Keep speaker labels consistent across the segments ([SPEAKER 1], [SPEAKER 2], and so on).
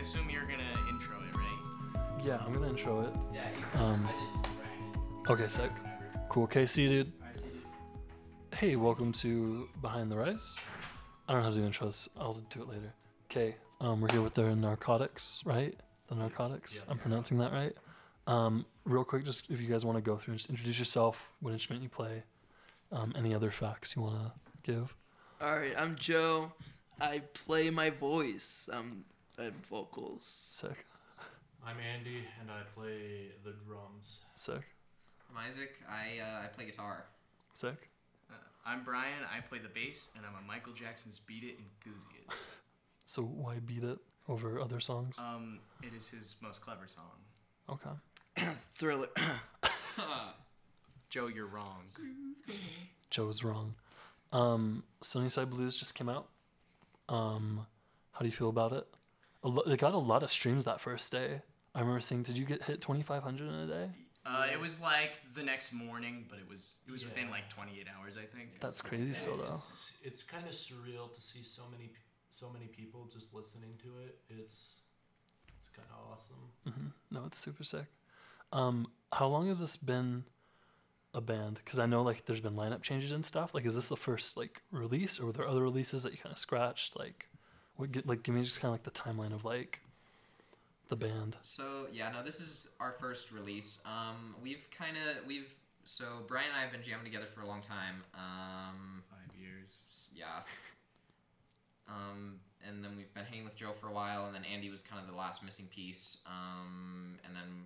[SPEAKER 1] assume you're gonna intro it, right?
[SPEAKER 2] Yeah, I'm gonna intro it.
[SPEAKER 1] Yeah.
[SPEAKER 2] Um, okay, sec. Cool. KC, dude. Hey, welcome to Behind the Rice. I don't know how to do intros. I'll do it later. Okay, um, we're here with the narcotics, right? The narcotics. I'm pronouncing that right. Um, real quick, just if you guys want to go through, just introduce yourself, what instrument you play, um, any other facts you want to give.
[SPEAKER 3] All right, I'm Joe. I play my voice. Um, i vocals.
[SPEAKER 2] Sick,
[SPEAKER 4] I'm Andy, and I play the drums.
[SPEAKER 2] sick,
[SPEAKER 5] I'm Isaac. I uh, I play guitar.
[SPEAKER 2] sick.
[SPEAKER 1] I'm Brian. I play the bass, and I'm a Michael Jackson's "Beat It" enthusiast.
[SPEAKER 2] So why beat it over other songs?
[SPEAKER 1] Um, it is his most clever song.
[SPEAKER 2] Okay.
[SPEAKER 3] Thriller.
[SPEAKER 1] Joe, you're wrong.
[SPEAKER 2] Joe's wrong. Um, Sunnyside Blues just came out. Um, how do you feel about it? A lo- it got a lot of streams that first day. I remember seeing. Did you get hit twenty five hundred in a day?
[SPEAKER 1] Uh, it was like the next morning, but it was it was within
[SPEAKER 4] Yeah.
[SPEAKER 1] like 28 hours, I think.
[SPEAKER 2] That's crazy, still though.
[SPEAKER 4] It's, it's kind of surreal to see so many p- so many people just listening to it. It's it's kind of awesome.
[SPEAKER 2] No, it's super sick. Um, how long has this been a band? Because I know like there's been lineup changes and stuff. Like, is this the first like release, or were there other releases that you kind of scratched? Like, what? gi- Like, give me just kind of like the timeline of like the band.
[SPEAKER 5] So yeah, no, this is our first release. Um, we've kind of we've so Brian and I have been jamming together for a long time. Um,
[SPEAKER 1] Five years.
[SPEAKER 5] s- yeah. Um, and then we've been hanging with Joe for a while, and then Andy was kind of the last missing piece. Um, and then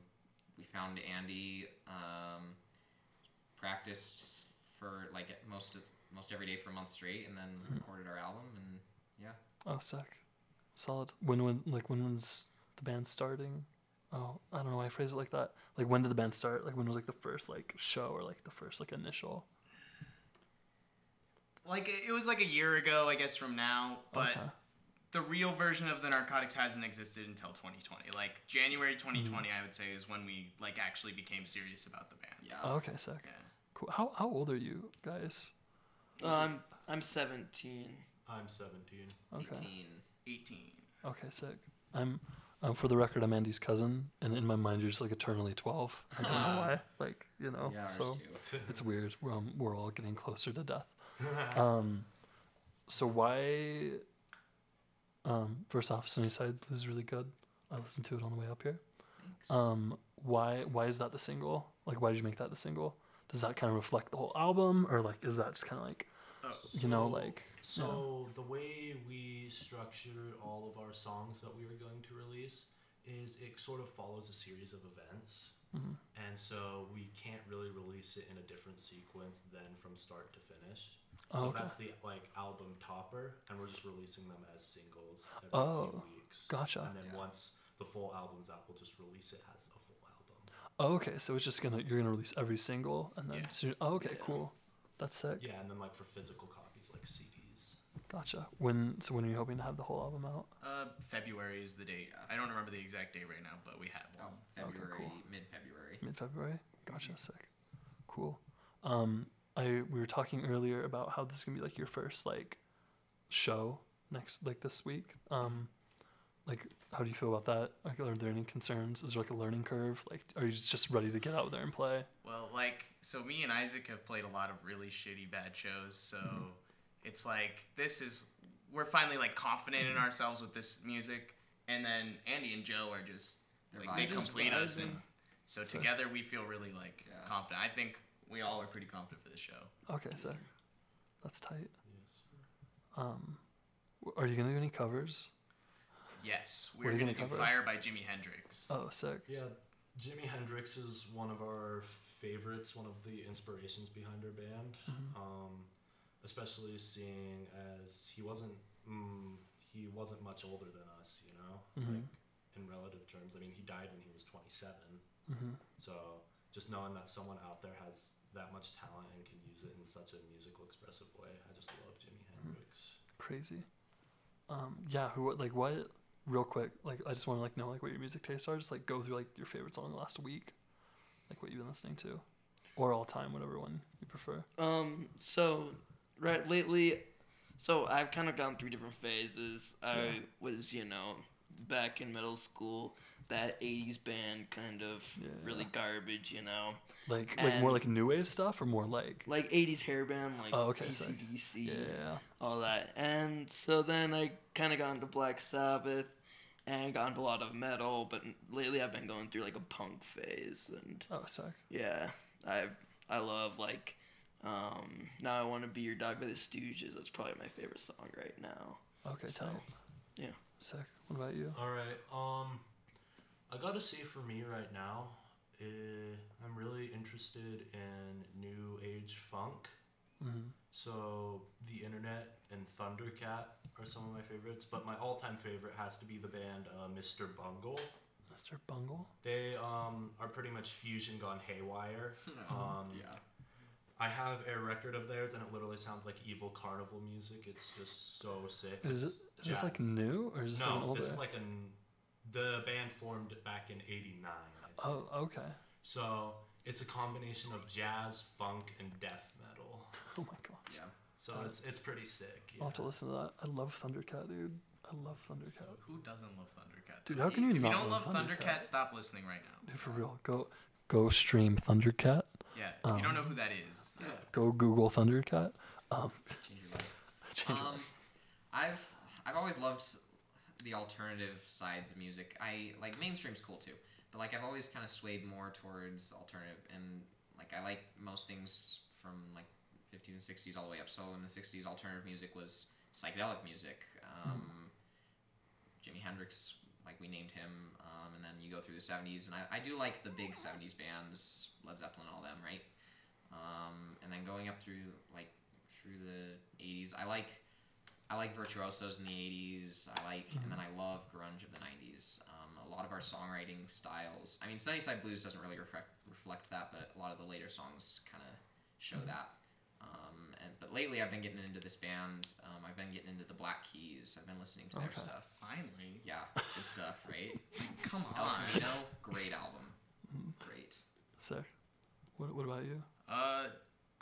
[SPEAKER 5] we found Andy. Um, practiced for like most of most every day for a month straight, and then
[SPEAKER 2] Hmm.
[SPEAKER 5] recorded our album. And yeah.
[SPEAKER 2] Oh, sick. Solid. When when like when was the band starting? Oh, I don't know why I phrase it like that. Like when did the band start? Like when was like the first like show or like the first like initial?
[SPEAKER 1] Like it it was like a year ago, I guess, from now. But
[SPEAKER 2] Okay.
[SPEAKER 1] the real version of the narcotics hasn't existed until 2020. Like January 2020,
[SPEAKER 2] Mm-hmm.
[SPEAKER 1] I would say, is when we like actually became serious about the band.
[SPEAKER 5] Yeah.
[SPEAKER 2] Oh, okay, sick.
[SPEAKER 1] Yeah.
[SPEAKER 2] Cool. How how old are you guys?
[SPEAKER 3] Um, I'm 17.
[SPEAKER 4] I'm 17.
[SPEAKER 2] Okay.
[SPEAKER 5] 18.
[SPEAKER 1] 18.
[SPEAKER 2] Okay, sick. I'm um, for the record, I'm Andy's cousin, and in my mind, you're just like eternally twelve. I don't know why. Like you know,
[SPEAKER 5] Yeah, ours
[SPEAKER 2] so
[SPEAKER 5] too.
[SPEAKER 2] it's weird. We're, um, we're all getting closer to death. Um, so why? Um, first off, Sunnyside Blues is really good. I listened to it on the way up here.
[SPEAKER 5] Thanks.
[SPEAKER 2] Um, why? Why is that the single? Like, why did you make that the single? Does that kind of reflect the whole album, or like, is that just kind of like, you know, like,
[SPEAKER 4] So the way we structure all of our songs that we are going to release is it sort of follows a series of events,
[SPEAKER 2] Mm-hmm.
[SPEAKER 4] and so we can't really release it in a different sequence than from start to finish.
[SPEAKER 2] Oh,
[SPEAKER 4] so
[SPEAKER 2] okay.
[SPEAKER 4] that's the like album topper, and we're just releasing them as singles every
[SPEAKER 2] Oh,
[SPEAKER 4] few weeks.
[SPEAKER 2] gotcha.
[SPEAKER 4] And then once the full album's out, we'll just release it as a full album.
[SPEAKER 2] oh, okay, so it's just gonna you're gonna release every single, and then
[SPEAKER 1] Yeah.
[SPEAKER 2] so- oh, okay, cool, that's sick.
[SPEAKER 4] Yeah, and then like for physical copies, like CDs.
[SPEAKER 2] Gotcha. When? So when are you hoping to have the whole album out?
[SPEAKER 1] Uh, February is the date. I don't remember the exact date right now, but we have
[SPEAKER 5] Oh,
[SPEAKER 1] one.
[SPEAKER 5] February,
[SPEAKER 2] cool.
[SPEAKER 5] mid-February.
[SPEAKER 2] Mid February. Gotcha. Sick. Cool. Um, I we were talking earlier about how this is gonna be like your first like show next like this week. Um, like how do you feel about that? Like, are there any concerns? Is there like a learning curve? Like, are you just ready to get out there and play?
[SPEAKER 1] Well, like, so me and Isaac have played a lot of really shitty, bad shows, so
[SPEAKER 2] Mm-hmm.
[SPEAKER 1] it's like, this is, we're finally, like, confident
[SPEAKER 2] Mm-hmm.
[SPEAKER 1] in ourselves with this music, and then Andy and Joe are just,
[SPEAKER 5] Their
[SPEAKER 1] like, they
[SPEAKER 5] vibe is
[SPEAKER 1] complete us, and so
[SPEAKER 2] So-
[SPEAKER 1] together we feel really, like,
[SPEAKER 5] Yeah.
[SPEAKER 1] confident. I think we all are pretty confident for this show.
[SPEAKER 2] Okay, sick. That's tight.
[SPEAKER 4] Yes.
[SPEAKER 2] Um, w- are you gonna do any covers?
[SPEAKER 1] Yes,
[SPEAKER 2] are
[SPEAKER 1] we're
[SPEAKER 2] you
[SPEAKER 1] going to
[SPEAKER 2] gonna
[SPEAKER 1] do
[SPEAKER 2] cover?
[SPEAKER 1] Fire by Jimi Hendrix.
[SPEAKER 2] Oh, sick.
[SPEAKER 4] Yeah, Jimi Hendrix is one of our favorites, one of the inspirations behind our band. Um, especially seeing as he wasn't mm, he wasn't much older than us, you know, like in relative terms. I mean, he died when he was 27. So just knowing that someone out there has that much talent and can use it in such a musical, expressive way, I just love Jimi Hendrix.
[SPEAKER 2] crazy. Um, yeah, who like what? Real quick, like I just want to like know like what your music tastes are. Just like go through like your favorite song last week, like what you've been listening to, or all time, whatever one you prefer.
[SPEAKER 3] Um, so right lately, so I've kind of gone through different phases. I was, you know, back in middle school, that 80s band kind of
[SPEAKER 2] Yeah.
[SPEAKER 3] really garbage, you know?
[SPEAKER 2] Like like more
[SPEAKER 3] And-
[SPEAKER 2] like new wave stuff or more like
[SPEAKER 3] Like 80s hair band, like
[SPEAKER 2] Oh, okay, sick.
[SPEAKER 3] ACDC,
[SPEAKER 2] yeah.
[SPEAKER 3] all that. And so then I kind of got into Black Sabbath and got into a lot of metal, but lately I've been going through like a punk phase and
[SPEAKER 2] Oh, suck.
[SPEAKER 3] Yeah, I I love like um now I want to be your dog by the Stooges. That's probably my favorite song right now.
[SPEAKER 2] Okay,
[SPEAKER 3] So,
[SPEAKER 2] tight.
[SPEAKER 3] yeah.
[SPEAKER 2] Sick. What about you?
[SPEAKER 4] All right. Um, I gotta say, for me right now, eh, I'm really interested in new age funk. So the internet and Thundercat are some of my favorites, but my all-time favorite has to be the band uh, Mr. Bungle.
[SPEAKER 2] Mr. Bungle.
[SPEAKER 4] They um, are pretty much fusion gone haywire. Um,
[SPEAKER 5] Yeah.
[SPEAKER 4] I have a record of theirs, and it literally sounds like evil carnival music. It's just so sick.
[SPEAKER 2] Is it is this like
[SPEAKER 4] Jazz.
[SPEAKER 2] new or is this like an
[SPEAKER 4] No,
[SPEAKER 2] old
[SPEAKER 4] this is
[SPEAKER 2] band?
[SPEAKER 4] like an the band formed back in '89.
[SPEAKER 2] Oh, okay.
[SPEAKER 4] So it's a combination of jazz, funk, and death metal.
[SPEAKER 2] Oh my god.
[SPEAKER 5] Yeah.
[SPEAKER 4] So it's it's pretty sick.
[SPEAKER 2] I'll
[SPEAKER 4] Yeah.
[SPEAKER 2] have to listen to that. I love Thundercat, dude. I love Thundercat.
[SPEAKER 1] Who doesn't love Thundercat?
[SPEAKER 2] Dude,
[SPEAKER 1] though?
[SPEAKER 2] how can you
[SPEAKER 1] if
[SPEAKER 2] not
[SPEAKER 1] you don't
[SPEAKER 2] love
[SPEAKER 1] love
[SPEAKER 2] Thundercat?
[SPEAKER 1] Thundercat, stop listening right now.
[SPEAKER 2] Dude, for real. Go go stream Thundercat.
[SPEAKER 1] Yeah, if
[SPEAKER 2] Um,
[SPEAKER 1] you don't know who that is. Yeah.
[SPEAKER 2] Go Google Thundercat. Um,
[SPEAKER 5] Change your life.
[SPEAKER 2] change it.
[SPEAKER 5] Um, I've I've always loved the alternative sides of music. I like mainstream's cool too, but like I've always kind of swayed more towards alternative and like I like most things from like 50s and 60s all the way up. So in the 60s, alternative music was psychedelic music. Um, Jimi Hendrix, like we named him, um, and then you go through the 70s, and I, I do like the big 70s bands, Led Zeppelin, all them, right? Um, and then going up through like through the 80s, I like I like virtuosos in the 80s. I like, and then I
[SPEAKER 1] Mm-hmm.
[SPEAKER 5] love grunge of the 90s. Um, a lot of our songwriting styles. I mean, Sunnyside Blues doesn't really reflect reflect that, but a lot of the later songs kind of show
[SPEAKER 1] Mm-hmm.
[SPEAKER 5] that. Um, and but lately, I've been getting into this band. Um, I've been getting into the Black Keys. I've been listening to their
[SPEAKER 2] Okay.
[SPEAKER 5] stuff.
[SPEAKER 1] Finally.
[SPEAKER 5] Yeah, good stuff, right?
[SPEAKER 1] Come
[SPEAKER 5] El
[SPEAKER 1] on. Mm-hmm.
[SPEAKER 5] Camino, great album, great.
[SPEAKER 2] Sick. What, what about you?
[SPEAKER 1] Uh,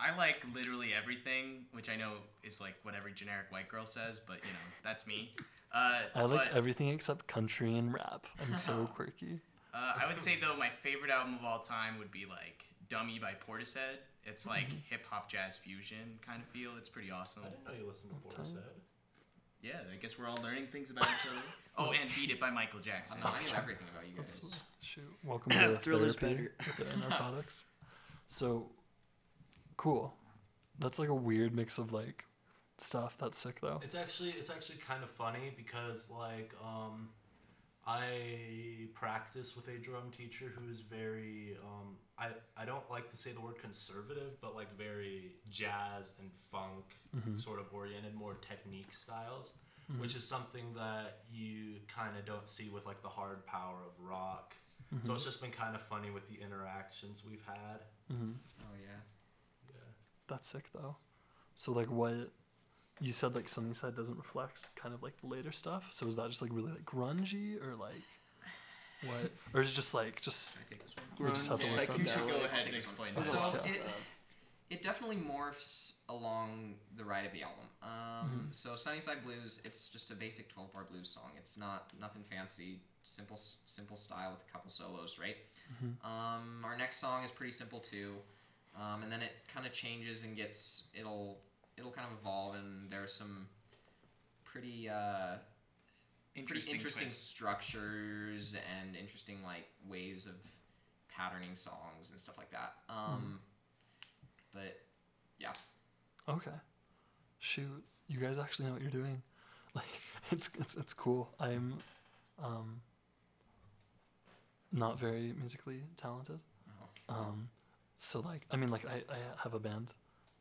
[SPEAKER 1] I like literally everything, which I know is like what every generic white girl says, but you know that's me. Uh,
[SPEAKER 2] I like
[SPEAKER 1] but,
[SPEAKER 2] everything except country and rap. I'm so quirky.
[SPEAKER 1] uh, I would say though my favorite album of all time would be like Dummy by Portishead. It's like
[SPEAKER 2] Mm-hmm.
[SPEAKER 1] hip hop jazz fusion kind of feel. It's pretty awesome.
[SPEAKER 4] I didn't know you listened to
[SPEAKER 2] time.
[SPEAKER 4] Portishead.
[SPEAKER 1] Yeah, I guess we're all learning things about each other. Oh, and Beat It by Michael
[SPEAKER 5] I
[SPEAKER 1] Jackson.
[SPEAKER 5] don't know, I knew everything about you guys.
[SPEAKER 2] That's- shoot. Welcome to
[SPEAKER 3] Thriller's
[SPEAKER 2] therapy with the narcotics. So, cool. That's like a weird mix of like stuff. That's sick though.
[SPEAKER 4] It's actually it's actually kind of funny because like um, I practice with a drum teacher who is very um, I I don't like to say the word conservative, but like very jazz and funk sort of oriented, more technique styles, which is something that you kind of don't see with like the hard power of rock. So it's just been kind of funny with the interactions we've had.
[SPEAKER 5] Oh yeah.
[SPEAKER 2] That's sick though. So like what you said like Sunnyside doesn't reflect kind of like the later stuff. So is that just like really like grungy or like what or is it just like just
[SPEAKER 5] Can I take this one?
[SPEAKER 2] we just have to
[SPEAKER 3] Grunge,
[SPEAKER 2] listen?
[SPEAKER 1] You should
[SPEAKER 3] psychedelic.
[SPEAKER 1] go ahead and explain
[SPEAKER 3] There's a
[SPEAKER 5] So
[SPEAKER 1] this.
[SPEAKER 3] lot of
[SPEAKER 5] it-
[SPEAKER 3] stuff.
[SPEAKER 5] it definitely morphs along the ride of the album. Um, So Sunnyside Blues, it's just a basic twelve bar blues song. It's not nothing fancy, simple s- simple style with a couple solos, right? Um, our next song is pretty simple too, um, and then it kind of changes and gets it'll it'll kind of evolve, and there's some pretty. Uh, pretty interesting
[SPEAKER 1] twist.
[SPEAKER 5] structures and interesting like ways of patterning songs and stuff like that. Um, But yeah,
[SPEAKER 2] Okay. Shoot, you guys actually know what you're doing. Like it's it's it's cool. I'm um not very musically talented. Um so like I mean like I, I have a band,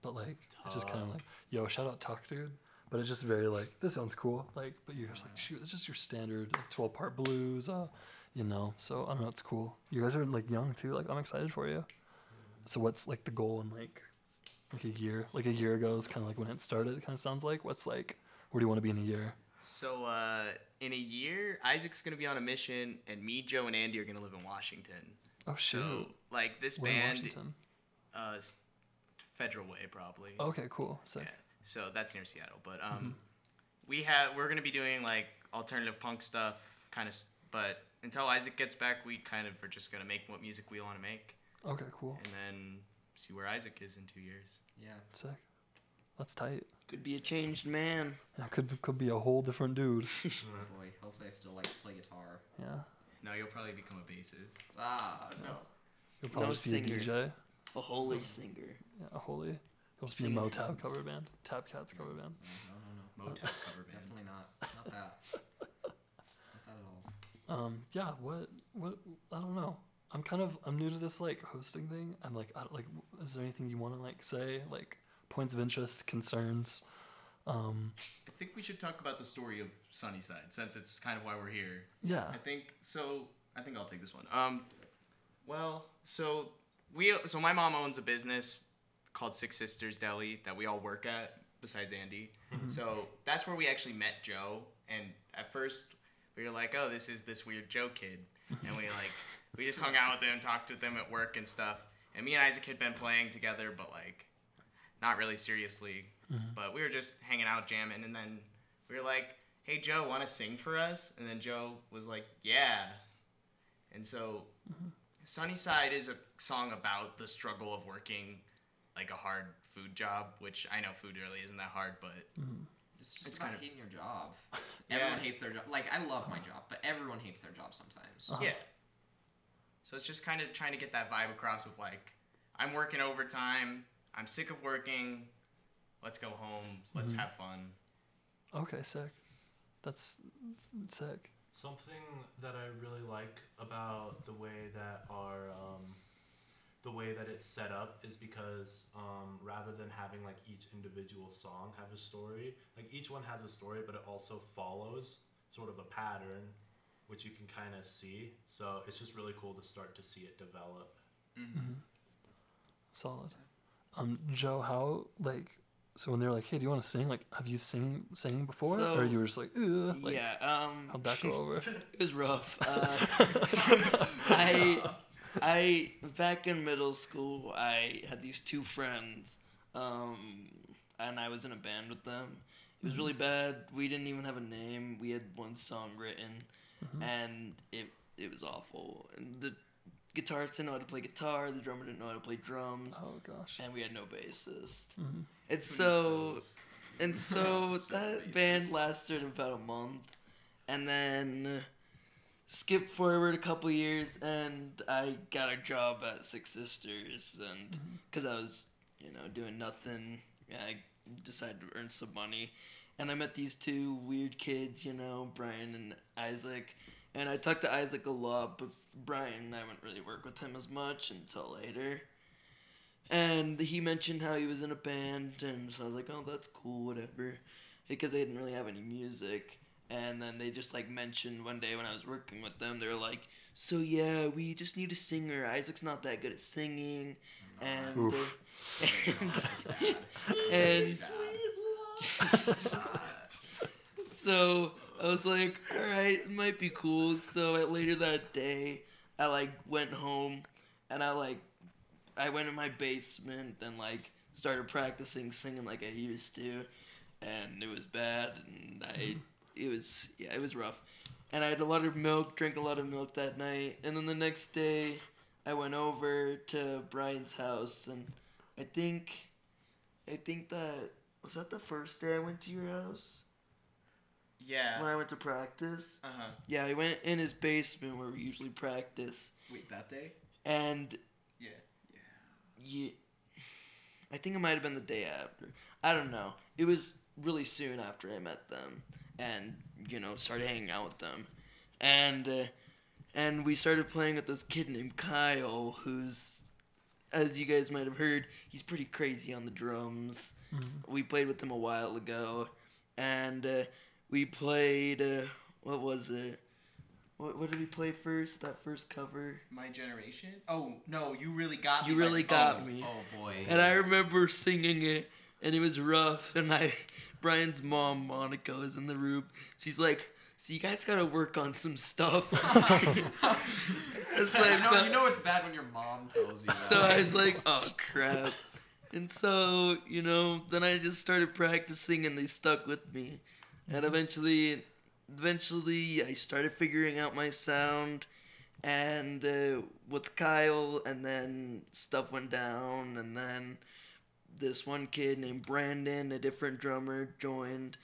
[SPEAKER 2] but like it's just kinda like, yo, shout out Tuck dude. But it's just very like this sounds cool, like but you're just like shoot, it's just your standard like twelve part blues, uh you know, so I don't know, it's cool. You guys are like young too, like I'm excited for you. So what's like the goal in like like a year like a year ago is kind of like when it started it kind of sounds like what's like where do you want to be in a year
[SPEAKER 1] So uh, in a year, Isaac's gonna be on a mission, and me, Joe, and Andy are gonna live in Washington.
[SPEAKER 2] oh shoot
[SPEAKER 1] So like this
[SPEAKER 2] we're in
[SPEAKER 1] band,
[SPEAKER 2] washington
[SPEAKER 1] uh, s- Federal Way probably.
[SPEAKER 2] Oh, okay Mm-hmm. cool sick
[SPEAKER 1] Yeah. So that's near Seattle, but um, we have we're gonna be doing like alternative punk stuff, kind of. But until Isaac gets back, we kind of are just gonna make what music we want to make,
[SPEAKER 2] Okay, cool.
[SPEAKER 1] and then see where Isaac is in two years.
[SPEAKER 5] Yeah.
[SPEAKER 2] Sick. That's tight.
[SPEAKER 3] Could be a changed man.
[SPEAKER 2] That could could be a whole different dude.
[SPEAKER 5] Oh, Boy, hopefully I still like to play guitar.
[SPEAKER 2] Yeah.
[SPEAKER 1] No, you'll probably become a bassist.
[SPEAKER 5] Ah, no.
[SPEAKER 2] He'll probably
[SPEAKER 3] No
[SPEAKER 2] just be a
[SPEAKER 3] singer.
[SPEAKER 2] DJ.
[SPEAKER 3] A holy singer.
[SPEAKER 2] Yeah, holy. He'll just be a
[SPEAKER 3] Singer.
[SPEAKER 2] Motown cover band. Tap Cats cover band.
[SPEAKER 5] No, no, no.
[SPEAKER 1] Motown cover band.
[SPEAKER 5] Definitely not. Not that. not that at all.
[SPEAKER 2] Um, yeah, what what I don't know. I'm kind of I'm new to this like hosting thing. I'm like I don't, like is there anything you want to like say like points of interest, concerns? Um,
[SPEAKER 1] I think we should talk about the story of Sunnyside since it's kind of why we're here.
[SPEAKER 2] yeah.
[SPEAKER 1] I think so. I think I'll take this one. Um, well, so we so my mom owns a business called Six Sisters Deli that we all work at besides Andy. So that's where we actually met Joe. And at first we were like, oh, this is this weird Joe kid, and we like we just hung out with him, talked with him at work and stuff. And me and Isaac had been playing together, but like not really seriously. But we were just hanging out jamming, and then we were like, "Hey Joe, want to sing for us?" And then Joe was like, "Yeah." And so, Sunnyside is a song about the struggle of working like a hard food job, which I know food really isn't that hard, but
[SPEAKER 5] It's just
[SPEAKER 1] It's
[SPEAKER 5] about
[SPEAKER 1] kind of-
[SPEAKER 5] hating your job.
[SPEAKER 1] Yeah.
[SPEAKER 5] Everyone hates their job. Like I love my job, but everyone hates their job sometimes.
[SPEAKER 1] Yeah. So it's just kind of trying to get that vibe across of like, I'm working overtime. I'm sick of working. Let's go home. Let's have fun.
[SPEAKER 2] Okay, sick. That's sick.
[SPEAKER 4] Something that I really like about the way that our um, the way that it's set up is because um, rather than having like each individual song have a story, like each one has a story, but it also follows sort of a pattern, which you can kind of see. So it's just really cool to start to see it develop.
[SPEAKER 2] Solid. Um, Joe, how like so when they were like, "Hey, do you want to sing?" Like, have you sing sang before, or
[SPEAKER 3] So-
[SPEAKER 2] you were just like, Ugh, like
[SPEAKER 3] yeah. Um.
[SPEAKER 2] how'd that go over?
[SPEAKER 3] It was rough. Uh, I, I back in middle school, I had these two friends, um, and I was in a band with them. It was really bad. We didn't even have a name. We had one song written, Mm-hmm. and it it was awful. And the guitarist didn't know how to play guitar. The drummer didn't know how to play drums,
[SPEAKER 2] oh gosh.
[SPEAKER 3] and we had no bassist.
[SPEAKER 2] Mhm.
[SPEAKER 3] And
[SPEAKER 1] Who needs
[SPEAKER 3] so
[SPEAKER 1] those?
[SPEAKER 3] and so
[SPEAKER 1] So
[SPEAKER 3] that
[SPEAKER 1] basis.
[SPEAKER 3] band lasted about a month. And then skip forward a couple years, and I got a job at Six Sisters. And because I was, you know, doing nothing, I decided to earn some money. And I met these two weird kids, you know, Brian and Isaac. And I talked to Isaac a lot, but Brian, I wouldn't really work with him as much until later. And he mentioned how he was in a band, and so I was like, oh, that's cool, whatever. Because they didn't really have any music. And then they just like mentioned one day when I was working with them, they were like, so yeah, we just need a singer. Isaac's not that good at singing. And,
[SPEAKER 2] Oof.
[SPEAKER 5] Bad.
[SPEAKER 3] and
[SPEAKER 5] Bad.
[SPEAKER 3] so I was like, all right, it might be cool. So at later that day, I like went home and I like I went in my basement and like started practicing singing like I used to, and it was bad and I it was yeah it was rough, and I had a lot of milk, drank a lot of milk that night, and then the next day, I went over to Brian's house and I think, I think that was that the first day I went to your house when
[SPEAKER 1] Yeah.
[SPEAKER 3] I went to practice.
[SPEAKER 1] Uh huh.
[SPEAKER 3] Yeah, I went in his basement where we usually practice,
[SPEAKER 5] Wait, that day?
[SPEAKER 3] and
[SPEAKER 1] Yeah.
[SPEAKER 3] yeah, I think it might have been the day after. I don't know. It was really soon after I met them, and you know started hanging out with them, and uh, and we started playing with this kid named Kyle, who's as you guys might have heard, he's pretty crazy on the drums. We played with him a while ago, and uh, we played uh, what was it? What, what did we play first? That first cover.
[SPEAKER 1] My generation? Oh no, you really got
[SPEAKER 3] You
[SPEAKER 1] me. by
[SPEAKER 3] really
[SPEAKER 1] the
[SPEAKER 3] got
[SPEAKER 1] balls.
[SPEAKER 3] me.
[SPEAKER 5] Oh boy.
[SPEAKER 3] And I remember singing it, and it was rough. And I, Brian's mom Monica is in the room. She's like, "So you guys gotta work on some stuff." it's
[SPEAKER 5] you
[SPEAKER 3] like,
[SPEAKER 5] know,
[SPEAKER 3] uh,
[SPEAKER 5] you know it's bad when your mom tells you.
[SPEAKER 3] so
[SPEAKER 5] that.
[SPEAKER 3] I was like, "Oh crap!" And so you know, then I just started practicing, and they stuck with me. And eventually, eventually I started figuring out my sound and uh, with Kyle and then stuff went down and then this one kid named Brandon, a different drummer, joined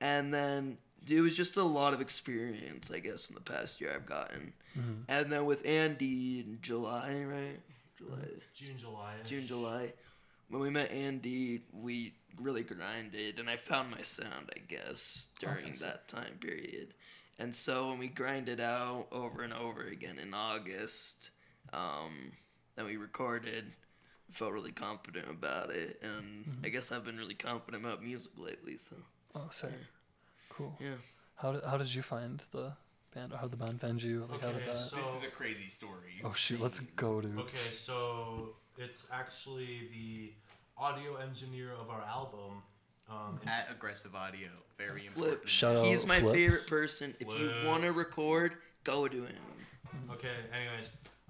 [SPEAKER 3] and then it was just a lot of experience I guess in the past year I've gotten.
[SPEAKER 2] Mhm.
[SPEAKER 3] And then with Andy in July, right? July.
[SPEAKER 4] June, July.
[SPEAKER 3] June, July. When we met Andy, we really grinded, and I found my sound, I guess, during
[SPEAKER 2] Okay, so-
[SPEAKER 3] that time period. And so when we grinded out over and over again in August, um, then we recorded. Felt really confident about it, and
[SPEAKER 2] Mm-hmm.
[SPEAKER 3] I guess I've been really confident about music lately. So
[SPEAKER 2] Oh, sorry. Cool.
[SPEAKER 3] Yeah.
[SPEAKER 2] How did, how did you find the band? Or how did the band find you? Like, how did
[SPEAKER 4] Okay,
[SPEAKER 2] that?
[SPEAKER 4] so-
[SPEAKER 1] This is a crazy story.
[SPEAKER 2] oh shoot, let's go to.
[SPEAKER 4] Okay, so it's actually the audio engineer of our album. Um, and
[SPEAKER 1] At Aggressive Audio, very
[SPEAKER 3] Flip.
[SPEAKER 1] important.
[SPEAKER 2] Shout out.
[SPEAKER 3] He's my
[SPEAKER 2] Flip.
[SPEAKER 3] favorite person. If
[SPEAKER 4] Flip.
[SPEAKER 3] you want to record, go to him.
[SPEAKER 4] Okay, anyways.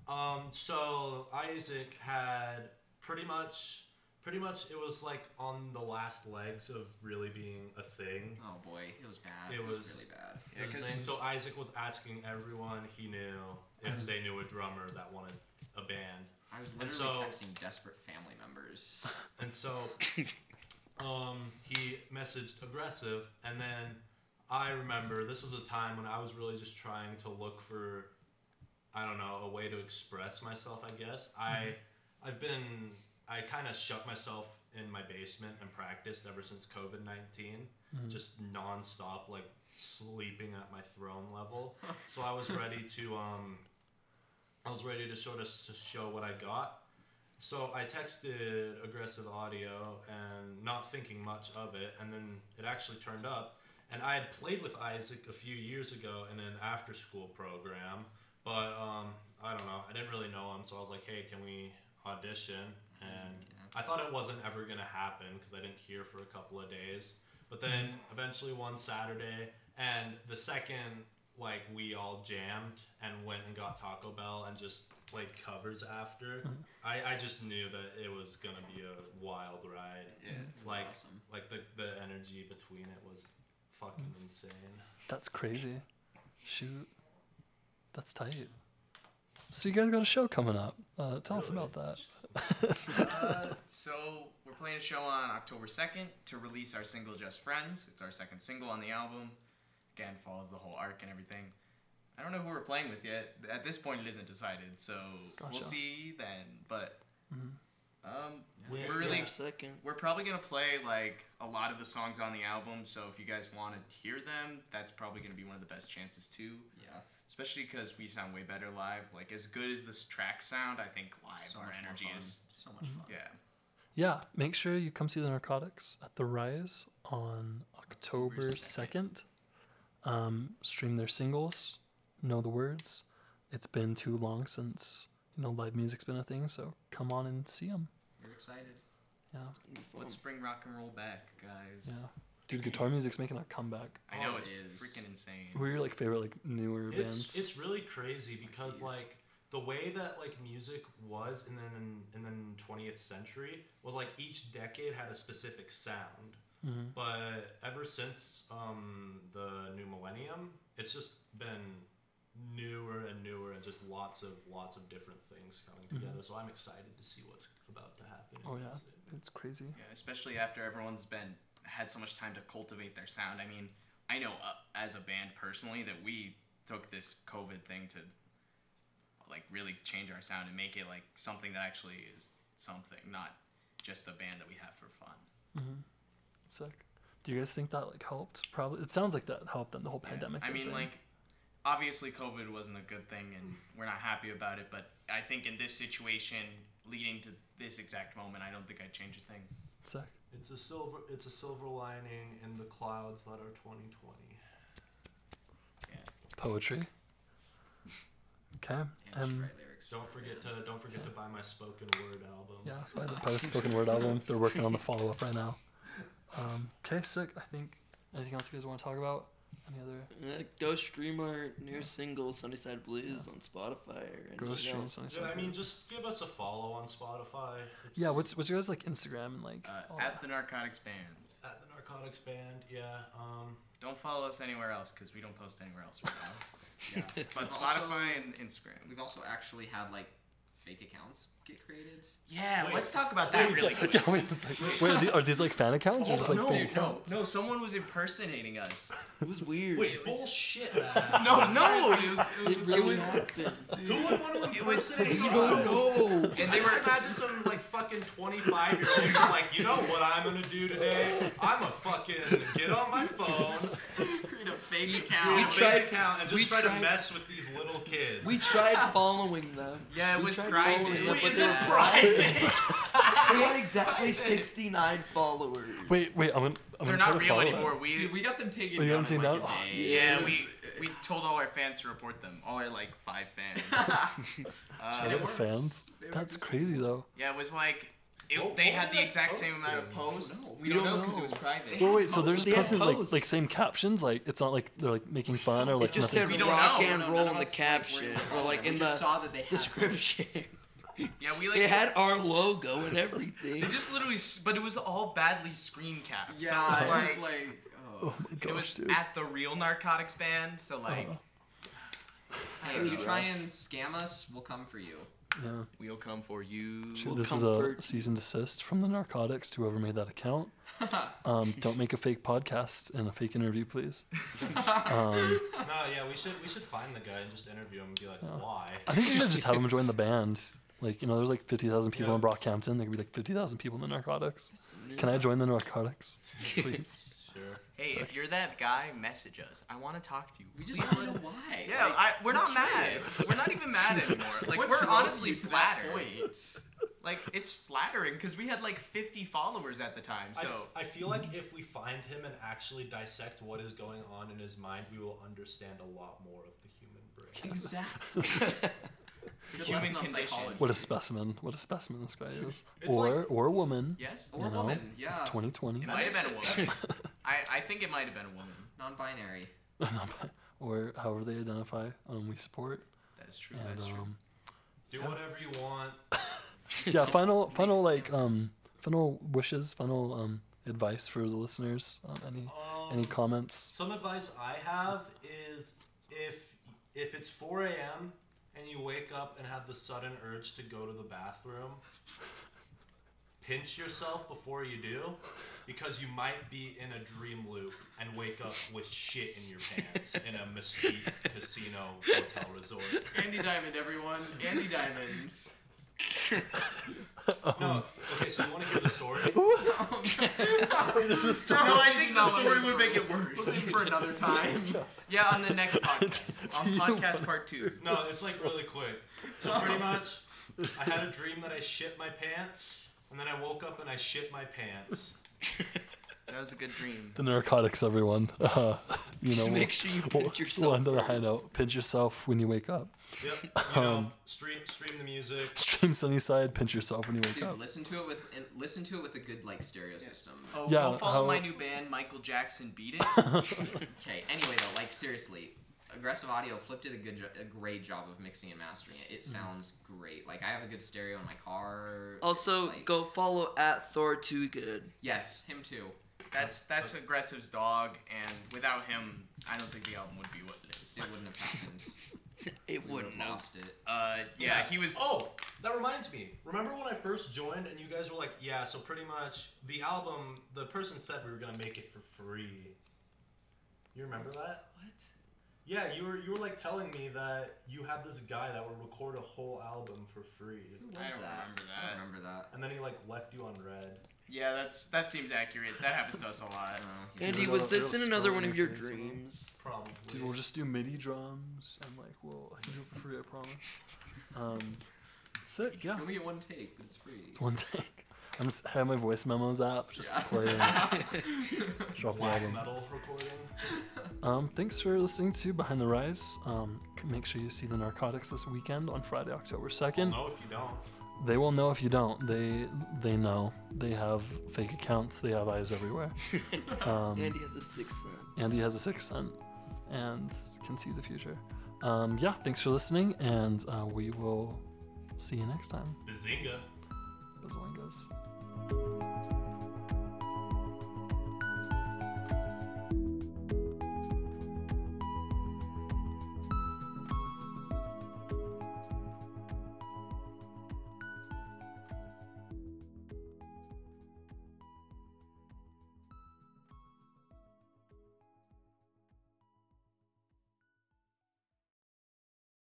[SPEAKER 4] Um, so Isaac had pretty much pretty much it was like on the last legs of really being a thing.
[SPEAKER 5] Oh boy, it was bad.
[SPEAKER 4] It
[SPEAKER 5] It, was,
[SPEAKER 4] was-
[SPEAKER 5] really bad.
[SPEAKER 1] Yeah, 'cause-
[SPEAKER 4] And so Isaac was asking everyone he knew if
[SPEAKER 2] was-
[SPEAKER 4] they knew a drummer that wanted a band.
[SPEAKER 5] I was
[SPEAKER 4] And
[SPEAKER 5] literally
[SPEAKER 4] so-
[SPEAKER 5] texting desperate family members.
[SPEAKER 4] And so um, he messaged aggressive, and then I remember this was a time when I was really just trying to look for, I don't know, a way to express myself. I guess I, I've been, I kind of shut myself in my basement and practiced ever since COVID 19 just nonstop, like sleeping at my throne level. so I was ready to, um, I was ready to sort of s- show what I got. So I texted aggressive audio and not thinking much of it, and then it actually turned up. And I had played with Isaac a few years ago in an after school program, but um, I don't know. I didn't really know him, so I was like, hey, can we audition? And I thought it wasn't ever going to happen because I didn't hear for a couple of days. But then eventually one Saturday, and the second, like, we all jammed and went and got Taco Bell and just played covers after, I, I just knew that it was going to be a wild ride.
[SPEAKER 5] Yeah, it was
[SPEAKER 4] Like,
[SPEAKER 5] awesome.
[SPEAKER 4] like the, the energy between it was fucking insane.
[SPEAKER 2] That's crazy. Shoot. That's tight. So you guys got a show coming up. Uh, tell us
[SPEAKER 4] Really?
[SPEAKER 2] about that.
[SPEAKER 1] Uh, so we're playing a show on October 2nd to release our single Just Friends. It's our second single on the album. Again, follows the whole arc and everything. I don't know who we're playing with yet. At this point, it isn't decided, so we'll
[SPEAKER 2] Gotcha.
[SPEAKER 1] see then. But
[SPEAKER 5] Mm-hmm.
[SPEAKER 1] um,
[SPEAKER 3] Yeah,
[SPEAKER 1] we're really
[SPEAKER 3] yeah, second.
[SPEAKER 1] we're probably gonna play like a lot of the songs on the album. So if you guys want to hear them, that's probably gonna be one of the best chances too.
[SPEAKER 5] Yeah,
[SPEAKER 1] Especially because we sound way better live. Like as good as this track sound, I think live
[SPEAKER 5] so
[SPEAKER 1] our
[SPEAKER 5] much
[SPEAKER 1] energy
[SPEAKER 5] more fun.
[SPEAKER 1] is.
[SPEAKER 5] So much fun.
[SPEAKER 1] Yeah.
[SPEAKER 2] Yeah, make sure you come see the Narcotics at the Rise on October second. Um, stream their singles, know the words. It's been too long since you know live music's been a thing, so come on and see them.
[SPEAKER 5] You're excited.
[SPEAKER 2] Yeah,
[SPEAKER 1] Let's bring rock and roll back, guys.
[SPEAKER 2] yeah. Dude, guitar music's making a comeback.
[SPEAKER 1] I know
[SPEAKER 5] Oh,
[SPEAKER 1] it's
[SPEAKER 5] it is.
[SPEAKER 1] freaking insane.
[SPEAKER 2] What are your like favorite like newer
[SPEAKER 4] It's,
[SPEAKER 2] bands?
[SPEAKER 4] it's really crazy because,
[SPEAKER 5] Jeez.
[SPEAKER 4] like, the way that like music was in the in the 20th century was like each decade had a specific sound.
[SPEAKER 2] Mhm.
[SPEAKER 4] But ever since um, the new millennium, it's just been newer and newer and just lots of lots of different things coming together. So I'm excited to see what's about to happen. in
[SPEAKER 2] Mm-hmm. Oh yeah,
[SPEAKER 4] music.
[SPEAKER 2] it's crazy.
[SPEAKER 1] Yeah, especially after everyone's been had so much time to cultivate their sound. I mean, I know uh, as a band personally that we took this COVID thing to like really change our sound and make it like something that actually is something, not just a band that we have for fun.
[SPEAKER 2] Sick. Do you guys think that like helped? Probably. It sounds like that helped them the whole
[SPEAKER 1] Yeah.
[SPEAKER 2] pandemic.
[SPEAKER 1] I
[SPEAKER 2] type
[SPEAKER 1] mean,
[SPEAKER 2] thing.
[SPEAKER 1] like, obviously, COVID wasn't a good thing, and we're not happy about it. But I think in this situation, leading to this exact moment, I don't think I'd change a thing.
[SPEAKER 2] sick.
[SPEAKER 4] It's a silver it's a silver lining in the clouds that are 2020.
[SPEAKER 1] Yeah.
[SPEAKER 2] Poetry. Okay.
[SPEAKER 5] And
[SPEAKER 2] Um,
[SPEAKER 5] um, lyrics.
[SPEAKER 4] Don't
[SPEAKER 5] for
[SPEAKER 4] forget to
[SPEAKER 5] bands.
[SPEAKER 4] don't forget to buy my spoken word album.
[SPEAKER 2] yeah, by the post spoken word album. They're working on the follow up right now. Um, okay, sick. I think anything else you guys want to talk about? Any other
[SPEAKER 3] Uh, go stream our new single Sunnyside Blues on Spotify or anything
[SPEAKER 2] ghost stream?
[SPEAKER 3] else.
[SPEAKER 2] Sunnyside
[SPEAKER 4] Yeah, I mean,
[SPEAKER 2] Blues?
[SPEAKER 4] just give us a follow on Spotify. It's
[SPEAKER 2] yeah. What's what's your guys like Instagram and like? all
[SPEAKER 1] Uh,
[SPEAKER 2] that?
[SPEAKER 1] at the Narcotics Band.
[SPEAKER 4] at the Narcotics Band? Yeah. Um,
[SPEAKER 1] Don't follow us anywhere else because we don't post anywhere else right now.
[SPEAKER 5] Yeah.
[SPEAKER 1] But
[SPEAKER 5] Also-
[SPEAKER 1] Spotify and Instagram.
[SPEAKER 5] We've also actually had like fake accounts get created.
[SPEAKER 1] Yeah,
[SPEAKER 4] Wait,
[SPEAKER 1] let's talk about that
[SPEAKER 4] wait,
[SPEAKER 1] really
[SPEAKER 4] yeah,
[SPEAKER 1] quick.
[SPEAKER 2] Yeah, wait, it's like, wait, are the- are these like fan accounts or just like
[SPEAKER 4] no,
[SPEAKER 2] fake
[SPEAKER 1] Dude, no,
[SPEAKER 2] accounts?
[SPEAKER 1] no, someone was impersonating us.
[SPEAKER 3] It was weird.
[SPEAKER 4] wait, bullshit. man.
[SPEAKER 1] No, no, it was,
[SPEAKER 3] it really happened.
[SPEAKER 4] Who would want to
[SPEAKER 1] It was pretty
[SPEAKER 4] impersonate God?
[SPEAKER 3] No.
[SPEAKER 1] and
[SPEAKER 4] oh. They
[SPEAKER 1] they
[SPEAKER 4] just
[SPEAKER 1] were
[SPEAKER 4] imagine some like fucking 25 year old just like, you know what I'm gonna do today? I'm gonna fucking get on my phone,
[SPEAKER 5] Create a fake
[SPEAKER 4] create a
[SPEAKER 5] account.
[SPEAKER 4] fake account, and
[SPEAKER 3] we
[SPEAKER 4] just try to
[SPEAKER 3] tried-
[SPEAKER 4] mess with these little kids.
[SPEAKER 3] We tried following them.
[SPEAKER 1] Yeah, it
[SPEAKER 3] We
[SPEAKER 1] was
[SPEAKER 3] tried
[SPEAKER 1] private.
[SPEAKER 3] following
[SPEAKER 1] Wait,
[SPEAKER 3] them,
[SPEAKER 1] is
[SPEAKER 3] but
[SPEAKER 1] it
[SPEAKER 3] they were
[SPEAKER 4] private?
[SPEAKER 3] We had exactly 69 followers.
[SPEAKER 2] Wait, wait, I'm gonna. I'm
[SPEAKER 1] they're
[SPEAKER 2] gonna try
[SPEAKER 1] not
[SPEAKER 2] to
[SPEAKER 1] real
[SPEAKER 2] follow
[SPEAKER 1] anymore.
[SPEAKER 2] That.
[SPEAKER 1] We,
[SPEAKER 5] Dude, we got them taken
[SPEAKER 2] Oh, you
[SPEAKER 5] down
[SPEAKER 2] got
[SPEAKER 5] in
[SPEAKER 2] them
[SPEAKER 5] like
[SPEAKER 2] taken down?
[SPEAKER 5] a day.
[SPEAKER 1] yeah,
[SPEAKER 3] it
[SPEAKER 1] we
[SPEAKER 3] was-
[SPEAKER 1] we told all our fans to report them. All our like five fans.
[SPEAKER 2] Shout
[SPEAKER 1] uh,
[SPEAKER 2] out the fans.
[SPEAKER 5] They were
[SPEAKER 2] That's
[SPEAKER 5] just-
[SPEAKER 2] crazy though.
[SPEAKER 1] yeah, it was like it,
[SPEAKER 4] What-
[SPEAKER 1] they
[SPEAKER 4] what
[SPEAKER 1] had
[SPEAKER 4] were
[SPEAKER 1] the
[SPEAKER 4] they
[SPEAKER 1] exact same amount of
[SPEAKER 4] posting?
[SPEAKER 1] posts.
[SPEAKER 3] don't know.
[SPEAKER 1] We
[SPEAKER 3] We
[SPEAKER 1] don't
[SPEAKER 3] don't
[SPEAKER 1] know because it was
[SPEAKER 3] know.
[SPEAKER 1] private.
[SPEAKER 2] Wait, wait, so they're just
[SPEAKER 3] posts. They had
[SPEAKER 2] posting like like
[SPEAKER 3] posts.
[SPEAKER 2] same captions. Like it's not like they're like making fun or like
[SPEAKER 3] just
[SPEAKER 2] nothing.
[SPEAKER 3] said
[SPEAKER 1] We don't
[SPEAKER 3] rock
[SPEAKER 1] know.
[SPEAKER 3] and
[SPEAKER 1] None
[SPEAKER 3] roll
[SPEAKER 1] of
[SPEAKER 3] in the
[SPEAKER 1] us, like, were
[SPEAKER 3] caption,
[SPEAKER 5] the
[SPEAKER 3] or like
[SPEAKER 5] program.
[SPEAKER 3] in
[SPEAKER 5] we just
[SPEAKER 3] the
[SPEAKER 5] saw that they had them.
[SPEAKER 3] description.
[SPEAKER 1] yeah, we like
[SPEAKER 3] It had our logo and everything.
[SPEAKER 1] they just literally, s- but it was all badly screen capped.
[SPEAKER 5] Yeah,
[SPEAKER 1] so it was like,
[SPEAKER 5] like oh.
[SPEAKER 2] oh my
[SPEAKER 1] and it
[SPEAKER 2] gosh,
[SPEAKER 1] was
[SPEAKER 2] dude.
[SPEAKER 1] at the real narcotics band. So like,
[SPEAKER 2] Uh-huh.
[SPEAKER 5] Hey, if you try and scam us, we'll come for you.
[SPEAKER 2] yeah.
[SPEAKER 1] we'll come for you.
[SPEAKER 2] Sure, this is a
[SPEAKER 3] comfort.
[SPEAKER 2] cease and desist from the narcotics to whoever made that account. um, don't make a fake podcast and a fake interview, please. Um,
[SPEAKER 4] No, yeah, we should we should find the guy and just interview him and be like,
[SPEAKER 3] Oh.
[SPEAKER 4] why?
[SPEAKER 2] I think you should just have them join the band. Like, you know, there's like 50,000 people
[SPEAKER 4] Yeah.
[SPEAKER 2] in Brockhampton. There could be like 50,000 people in the narcotics. Can I join the narcotics? Please.
[SPEAKER 4] Sure.
[SPEAKER 1] Hey, if you're that guy, message us. I want to talk to you.
[SPEAKER 5] We just want to know why.
[SPEAKER 1] Yeah,
[SPEAKER 5] Like,
[SPEAKER 1] I, we're not mad.
[SPEAKER 5] curious.
[SPEAKER 1] We're not even mad anymore. Like
[SPEAKER 5] What
[SPEAKER 1] we're
[SPEAKER 5] drove
[SPEAKER 1] honestly
[SPEAKER 5] you to that
[SPEAKER 1] flattered.
[SPEAKER 5] point?
[SPEAKER 1] Like it's flattering because we had like 50 followers at the time.
[SPEAKER 4] I
[SPEAKER 1] So
[SPEAKER 4] f- I feel like if we find him and actually dissect what is going on in his mind, we will understand a lot more of the human brain.
[SPEAKER 5] Exactly. Good
[SPEAKER 1] Human
[SPEAKER 5] lesson on
[SPEAKER 1] condition.
[SPEAKER 5] psychology.
[SPEAKER 2] What a specimen. What a specimen this guy is.
[SPEAKER 4] It's
[SPEAKER 2] Or
[SPEAKER 4] like-
[SPEAKER 2] or a woman.
[SPEAKER 1] yes,
[SPEAKER 5] Or
[SPEAKER 2] you know?
[SPEAKER 5] woman, yeah.
[SPEAKER 2] It's 2020.
[SPEAKER 1] it might have
[SPEAKER 4] makes
[SPEAKER 1] been a woman. I, I think it might have been a woman.
[SPEAKER 5] Non-binary.
[SPEAKER 2] or however they identify. Um, we support.
[SPEAKER 1] That's true.
[SPEAKER 2] And,
[SPEAKER 1] That's true.
[SPEAKER 2] um,
[SPEAKER 4] Do whatever you want.
[SPEAKER 2] yeah, final, final
[SPEAKER 5] Makes
[SPEAKER 2] like, um, final wishes, final um, advice for the listeners. Um, any, any comments?
[SPEAKER 4] Some advice I have is if if it's 4 a.m. and you wake up and have the sudden urge to go to the bathroom, pinch yourself before you do, because you might be in a dream loop and wake up with shit in your pants in a mesquite casino hotel resort.
[SPEAKER 5] Andy Diamond, everyone. Andy Diamond.
[SPEAKER 4] No, okay, so you want to hear the story?
[SPEAKER 1] No, I think the story would make it
[SPEAKER 5] Listen
[SPEAKER 1] worse.
[SPEAKER 5] for another time.
[SPEAKER 1] yeah, on the next podcast, on podcast part two.
[SPEAKER 4] No, it's like really quick. So pretty much, I had a dream that I shit my pants, and then I woke up and I shit my pants.
[SPEAKER 1] That was a good dream.
[SPEAKER 2] The narcotics, everyone. Uh, you know,
[SPEAKER 3] Just
[SPEAKER 2] we'll-
[SPEAKER 3] make sure you
[SPEAKER 2] Well,
[SPEAKER 3] pinch
[SPEAKER 2] well,
[SPEAKER 3] yourself.
[SPEAKER 2] end on a high note. Pinch yourself when you wake up.
[SPEAKER 4] Yep. You know, stream stream the music.
[SPEAKER 2] Stream Sunnyside. Pinch yourself when you wake
[SPEAKER 5] Dude,
[SPEAKER 2] up.
[SPEAKER 5] listen to it with and listen to it with a good like stereo system.
[SPEAKER 1] Oh,
[SPEAKER 2] Yeah,
[SPEAKER 1] go follow
[SPEAKER 2] how-
[SPEAKER 1] my new band, Michael Jackson. Beat it.
[SPEAKER 5] Okay. Anyway, though, like seriously, aggressive audio. Flip did a good, jo- a great job of mixing and mastering it.
[SPEAKER 1] Mm-hmm.
[SPEAKER 5] It sounds great. Like I have a good stereo in my car.
[SPEAKER 3] Also,
[SPEAKER 5] like-
[SPEAKER 3] go follow at Thor Too Good.
[SPEAKER 5] Yes, him too.
[SPEAKER 1] That's that's aggressive's dog, and without him, I don't think the album would be what it is.
[SPEAKER 5] It wouldn't have happened.
[SPEAKER 3] It
[SPEAKER 5] We would
[SPEAKER 3] wouldn't
[SPEAKER 5] have
[SPEAKER 3] know.
[SPEAKER 5] lost it.
[SPEAKER 1] Uh, yeah, he was.
[SPEAKER 4] Oh, that reminds me. Remember when I first joined and you guys were like, "Yeah, so pretty much the album." The person said we were gonna make it for free. You remember that?
[SPEAKER 5] What?
[SPEAKER 4] Yeah, you were you were like telling me that you had this guy that would record a whole album for free,
[SPEAKER 5] Who was
[SPEAKER 1] I don't
[SPEAKER 5] that?
[SPEAKER 1] remember
[SPEAKER 5] I
[SPEAKER 1] that.
[SPEAKER 5] don't remember that.
[SPEAKER 4] and then he like left you on red.
[SPEAKER 1] Yeah, that's that seems accurate. That happens to us a lot.
[SPEAKER 5] I don't know. He
[SPEAKER 3] Andy,
[SPEAKER 2] Another
[SPEAKER 3] was this
[SPEAKER 2] real
[SPEAKER 3] in another
[SPEAKER 2] scroll
[SPEAKER 3] one
[SPEAKER 2] in
[SPEAKER 3] of
[SPEAKER 2] your
[SPEAKER 3] your
[SPEAKER 2] face, huh?
[SPEAKER 3] dreams?
[SPEAKER 4] Probably.
[SPEAKER 2] Dude, we'll just do MIDI drums and like, well, I can do it for free, I promise. Um, sick, yeah.
[SPEAKER 5] Can we get one take? It's free.
[SPEAKER 2] One take. I'm just have my voice memos app just
[SPEAKER 5] Yeah.
[SPEAKER 2] play. and drop the
[SPEAKER 4] black
[SPEAKER 2] album.
[SPEAKER 4] metal recording.
[SPEAKER 2] Um, thanks for listening to Behind the Rise. Um, make sure you see the Narcotics this weekend on Friday, October 2nd.
[SPEAKER 4] Oh, No, if you don't.
[SPEAKER 2] They will know if you don't. They they know. They have fake accounts. They have eyes everywhere. Um,
[SPEAKER 3] Andy has a sixth sense.
[SPEAKER 2] Andy has a sixth sense and can see the future. Um, yeah, thanks for listening, and uh, we will see you next time.
[SPEAKER 4] Bazinga.
[SPEAKER 2] Bazilingos.